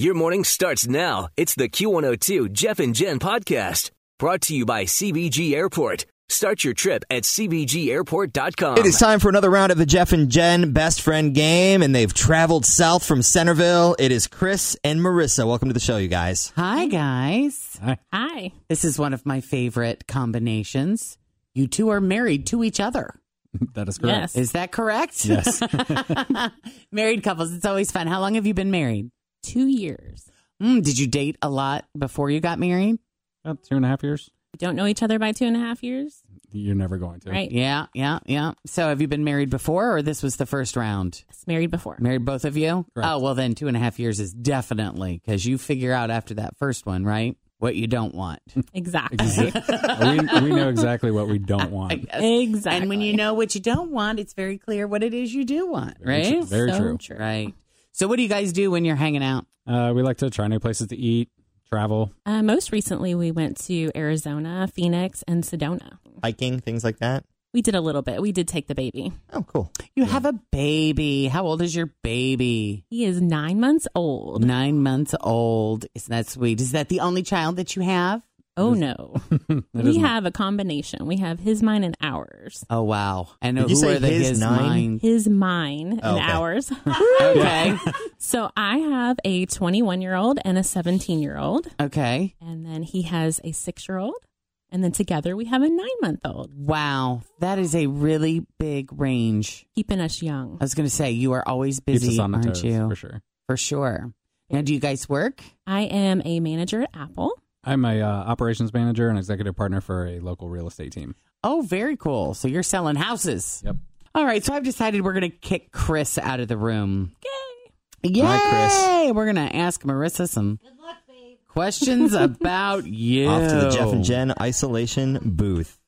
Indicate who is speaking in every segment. Speaker 1: Your morning starts now. It's the Q102 Jeff and Jen podcast brought to you by CBG Airport. Start your trip at CBGAirport.com.
Speaker 2: It
Speaker 3: Oh,
Speaker 2: is time for another round of the Jeff and Jen Best Friend Game, and they've traveled south from Centerville. It is Chris and Marissa. Welcome to the show, you guys.
Speaker 4: Hi, guys.
Speaker 5: Hi.
Speaker 4: This is one of my favorite combinations. You two are married to each other.
Speaker 6: That is correct.
Speaker 5: Yes.
Speaker 4: Is that correct?
Speaker 6: Yes.
Speaker 4: married couples. It's always fun. How long have you been married?
Speaker 5: Two years.
Speaker 4: Mm, did you date a lot before you got married?
Speaker 6: About two and a half years.
Speaker 5: We don't know each other by two and a half years.
Speaker 6: You're never going to.
Speaker 5: Right.
Speaker 4: Yeah, yeah, yeah. So have you been married before, or this was the first round?
Speaker 5: Yes, married before.
Speaker 4: Married both of you?
Speaker 6: Correct.
Speaker 4: Oh, well, then two and a half years is definitely because you figure out after that first one, right? What you don't want.
Speaker 5: Exactly.
Speaker 6: Exactly. we, we know exactly what we don't want.
Speaker 4: I-
Speaker 5: Exactly.
Speaker 4: And when you know what you don't want, it's very clear what it is you do want,
Speaker 6: Very
Speaker 4: right?
Speaker 6: true. Very
Speaker 5: So
Speaker 6: true.
Speaker 4: Right. So, what do you guys do when you're hanging out?
Speaker 6: Uh, we like to try new places to eat, travel.
Speaker 5: Uh, most recently, we went to Arizona, Phoenix, and Sedona.
Speaker 2: Hiking, things like that.
Speaker 5: We did a little bit. We did take the baby.
Speaker 2: Oh, cool.
Speaker 4: You have a baby. How old is your baby?
Speaker 5: He is nine months old.
Speaker 4: Nine months old. Isn't that sweet? Is that the only child that you have?
Speaker 5: Oh, no.
Speaker 6: That is
Speaker 5: we have a combination. We have his, mine, and ours.
Speaker 4: Oh wow! And
Speaker 2: Did you
Speaker 4: who
Speaker 2: say
Speaker 4: are the
Speaker 2: his nine?
Speaker 4: mine?
Speaker 5: His, mine,
Speaker 2: Oh,
Speaker 5: and
Speaker 2: okay.
Speaker 5: ours.
Speaker 4: Okay,
Speaker 5: so I have a 21 year old and a 17 year old.
Speaker 4: okay.
Speaker 5: And then he has a six year old. And then together we have a nine month old,
Speaker 4: Wow, that is a really big range.
Speaker 5: keeping us young.
Speaker 4: I was going to say you are always
Speaker 6: keeps
Speaker 4: busy,
Speaker 6: us on the
Speaker 4: aren't
Speaker 6: toes,
Speaker 4: you?
Speaker 6: For sure.
Speaker 4: For sure. Now, do you guys work?
Speaker 5: I am a manager at Apple.
Speaker 6: I'm a uh, operations manager and executive partner for a local real estate team.
Speaker 4: Oh, very cool. So you're selling houses.
Speaker 6: Yep.
Speaker 4: All right. So I've decided we're going to kick Chris out of the room. Yay!
Speaker 2: Hi,
Speaker 4: We're going to ask Marissa some questions about you.
Speaker 2: Off to the Jeff and Jen isolation booth.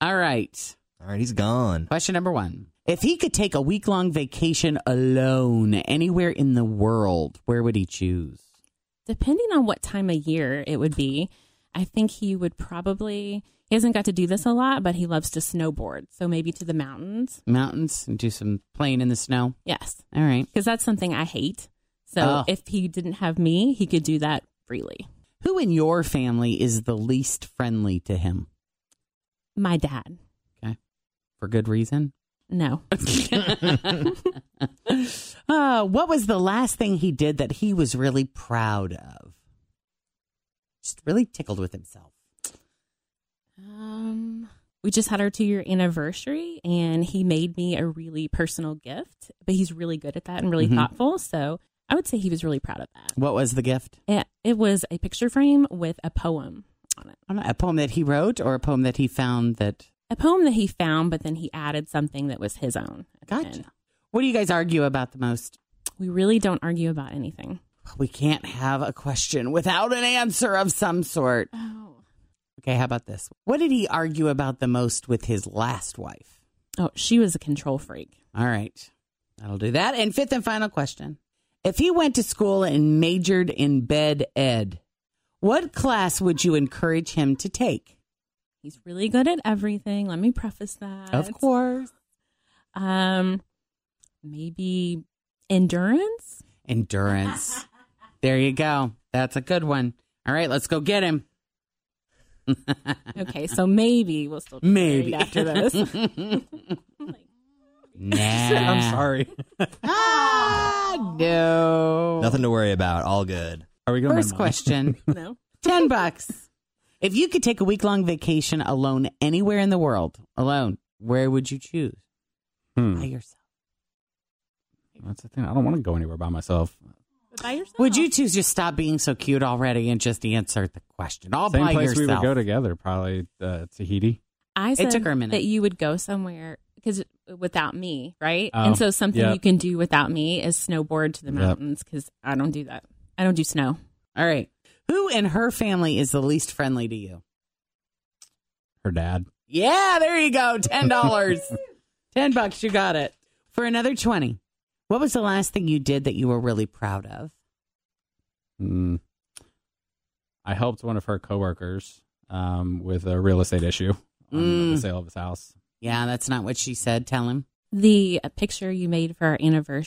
Speaker 4: All right.
Speaker 2: All right, he's gone.
Speaker 4: Question number one. If he could take a week long vacation alone anywhere in the world, where would he choose?
Speaker 5: Depending on what time of year it would be, I think he would probably, he hasn't got to do this a lot, but he loves to snowboard. So maybe to the mountains.
Speaker 4: Mountains and do some playing in the snow.
Speaker 5: Yes.
Speaker 4: All right.
Speaker 5: Because that's something I hate. So
Speaker 4: Oh.
Speaker 5: if he didn't have me, he could do that freely.
Speaker 4: Who in your family is the least friendly to him?
Speaker 5: My dad.
Speaker 4: For good reason.
Speaker 5: No.
Speaker 4: Uh, what was the last thing he did that he was really proud of? Just really tickled with himself.
Speaker 5: Um, we just had our two year anniversary, and he made me a really personal gift. But he's really good at that and really
Speaker 4: Mhm.
Speaker 5: thoughtful. So I would say he was really proud of that.
Speaker 4: What was the gift?
Speaker 5: It, it was a picture frame with a poem on it,
Speaker 4: I don't know, a poem that he wrote or a poem that he found that.
Speaker 5: a poem that he found, but then he added something that was his own. at the
Speaker 4: Gotcha.
Speaker 5: end.
Speaker 4: What do you guys argue about the most?
Speaker 5: We really don't argue about anything.
Speaker 4: We can't have a question without an answer of some sort.
Speaker 5: Oh.
Speaker 4: Okay, how about this? What did he argue about the most with his last wife?
Speaker 5: Oh, she was a control freak.
Speaker 4: All right, that'll do that. And fifth and final question If he went to school and majored in bed ed, what class would you encourage him to take?
Speaker 5: He's really good at everything. Let me preface that.
Speaker 4: Of course,
Speaker 5: Um, maybe endurance.
Speaker 4: endurance. there you go. That's a good one. All right, let's go get him.
Speaker 5: Okay, so maybe we'll still be
Speaker 4: Maybe.
Speaker 5: married after this.
Speaker 4: Nah.
Speaker 6: I'm sorry.
Speaker 4: Ah,
Speaker 3: Oh.
Speaker 4: no.
Speaker 2: Nothing to worry about. All good.
Speaker 6: Are we going?
Speaker 4: First question.
Speaker 5: No.
Speaker 4: 10 bucks. If you could take a week long vacation alone anywhere in the world, alone, where would you choose? By yourself.
Speaker 6: Hmm. That's the thing. I don't want to go anywhere by myself.
Speaker 5: But by yourself.
Speaker 4: Would you choose just stop being so cute already and just answer the question all
Speaker 6: Same
Speaker 4: by
Speaker 6: place we
Speaker 4: yourself?
Speaker 6: would go together, probably uh, Tahiti.
Speaker 5: I said
Speaker 4: took her a minute.
Speaker 5: that you would go somewhere because without me, right?
Speaker 6: Oh,
Speaker 5: and so something
Speaker 6: yeah.
Speaker 5: you can do without me is snowboard to the
Speaker 6: Yep.
Speaker 5: mountains because I don't do that. I don't do snow.
Speaker 4: All right. Who in her family is the least friendly to you?
Speaker 6: Her dad.
Speaker 4: Yeah, there you go. Ten dollars. Ten bucks, you got it. For another twenty. What was the last thing you did that you were really proud of?
Speaker 6: Mm. I helped one of her coworkers um, with a real estate issue on
Speaker 4: Mm.
Speaker 6: the sale of his house.
Speaker 4: Yeah, that's not what she said. Tell him.
Speaker 5: The uh, picture you made for our anniversary.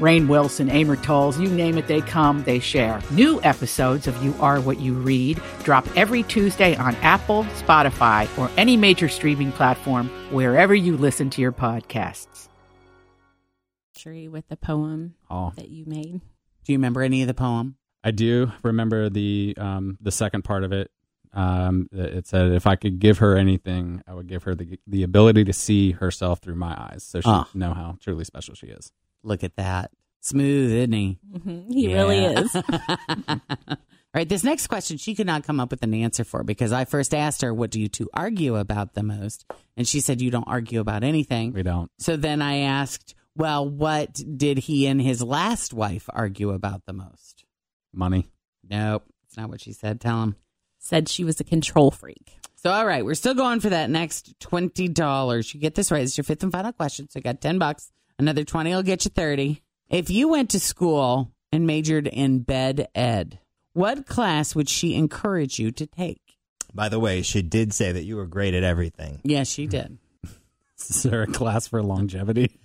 Speaker 7: Rain Wilson, Amor Tolls, you name it, they come, they share. New episodes of You Are What You Read drop every Tuesday on Apple, Spotify, or any major streaming platform wherever you listen to your podcasts.
Speaker 5: with the poem
Speaker 6: Oh,
Speaker 5: that you made.
Speaker 4: Do you remember any of the poem?
Speaker 6: I do remember the um, the second part of it. Um, it it said, "If I could give her anything, I would give her the the ability to see herself through my eyes, so she
Speaker 4: Ah.
Speaker 6: would know how truly special she is."
Speaker 4: Look at that. Smooth, isn't he?
Speaker 5: Mhm. He really
Speaker 4: Yeah.
Speaker 5: is.
Speaker 4: All right, this next question she could not come up with an answer for because I first asked her, What do you two argue about the most? And she said, You don't argue about anything.
Speaker 6: We don't.
Speaker 4: So then I asked, Well, what did he and his last wife argue about the most?
Speaker 6: Money.
Speaker 4: Nope, it's not what she said. Tell him.
Speaker 5: Said she was a control freak.
Speaker 4: So, all right, we're still going for that next twenty dollars. You get this right. It's your fifth and final question. So, you got ten bucks. Another twenty will get you thirty. If you went to school and majored in bed ed, what class would she encourage you to take?
Speaker 2: By the way, she did say that you were great at everything.
Speaker 4: Yes, she did.
Speaker 6: Is there a class for longevity?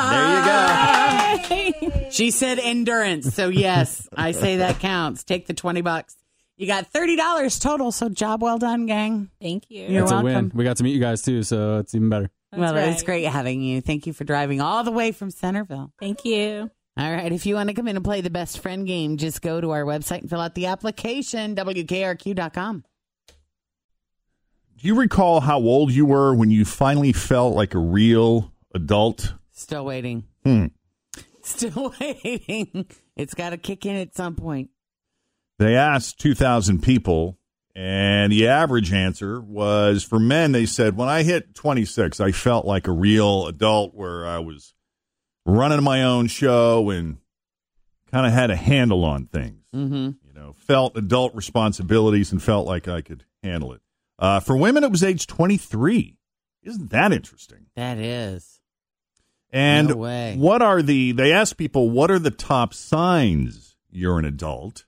Speaker 4: Ta-da! There you go. she said endurance. So yes, I say that counts. Take the twenty bucks. You got thirty dollars total. So, job well done, gang.
Speaker 5: Thank you.
Speaker 4: You're
Speaker 6: it's a win.
Speaker 4: welcome.
Speaker 6: We got to meet you guys too, so it's even better.
Speaker 5: That's
Speaker 4: well, it's
Speaker 5: right.
Speaker 4: great having you. Thank you for driving all the way from Centerville.
Speaker 5: Thank you.
Speaker 4: All right. If you want to come in and play the best friend game, just go to our website and fill out the application, wkrq.com.
Speaker 3: Do you recall how old you were when you finally felt like a real adult?
Speaker 4: Still waiting.
Speaker 3: Hmm.
Speaker 4: Still waiting. It's got to kick in at some point.
Speaker 3: They asked 2,000 people, and the average answer was for men, they said, When I hit 26, I felt like a real adult where I was running my own show and kind of had a handle on things.
Speaker 4: Mm-hmm.
Speaker 3: you know, felt adult responsibilities and felt like I could handle it. Uh, for women, it was age 23. Isn't that interesting?
Speaker 4: That is.
Speaker 3: And
Speaker 4: No way.
Speaker 3: what are the, they asked people, what are the top signs you're an adult?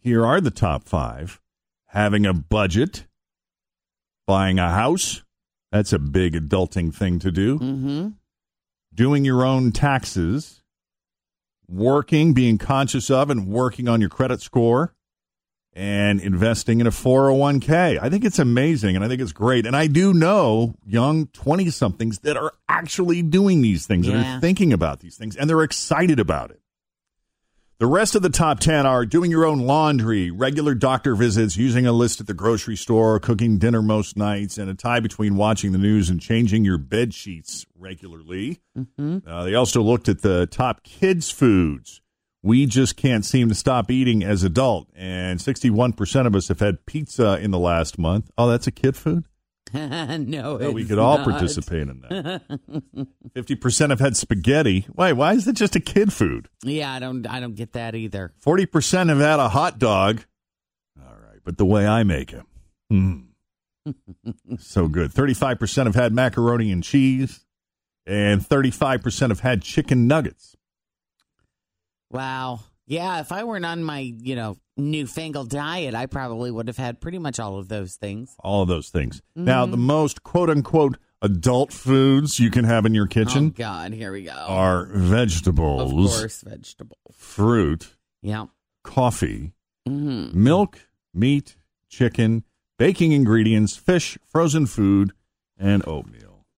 Speaker 3: Here are the top five having a budget, buying a house. That's a big adulting thing to do.
Speaker 4: Mm-hmm.
Speaker 3: Doing your own taxes, working, being conscious of and working on your credit score, and investing in a 401k. I think it's amazing and I think it's great. And I do know young 20 somethings that are actually doing these things, that
Speaker 4: Yeah.
Speaker 3: are thinking about these things, and they're excited about it. The rest of the top 10 are doing your own laundry, regular doctor visits, using a list at the grocery store, cooking dinner most nights, and a tie between watching the news and changing your bed sheets regularly. Uh, they also looked at the top kids' foods. We just can't seem to stop eating as adult, and 61% of us have had pizza in the last month. Oh, that's a kid food?
Speaker 4: no,
Speaker 3: Well, we
Speaker 4: it's
Speaker 3: could all
Speaker 4: not.
Speaker 3: participate in that. 50% have had spaghetti. Wait, why is that just a kid food?
Speaker 4: Yeah, I don't. I don't get that either.
Speaker 3: Forty percent have had a hot dog. All right, but the way I make it, mm. so good. Thirty-five percent have had macaroni and cheese. and 35% have had chicken nuggets.
Speaker 4: Wow. Yeah, if I weren't on my, you know, newfangled diet, I probably would have had pretty much all of those things.
Speaker 3: all of those things. Now,
Speaker 4: Mm-hmm.
Speaker 3: the most quote unquote adult foods you can have in your
Speaker 4: Oh,
Speaker 3: kitchen
Speaker 4: God, here we go.
Speaker 3: are
Speaker 4: of
Speaker 3: vegetables,
Speaker 4: course, vegetable.
Speaker 3: fruit,
Speaker 4: Yeah.
Speaker 3: coffee,
Speaker 4: Mhm.
Speaker 3: milk, meat, chicken, baking ingredients, fish, frozen food, and oatmeal.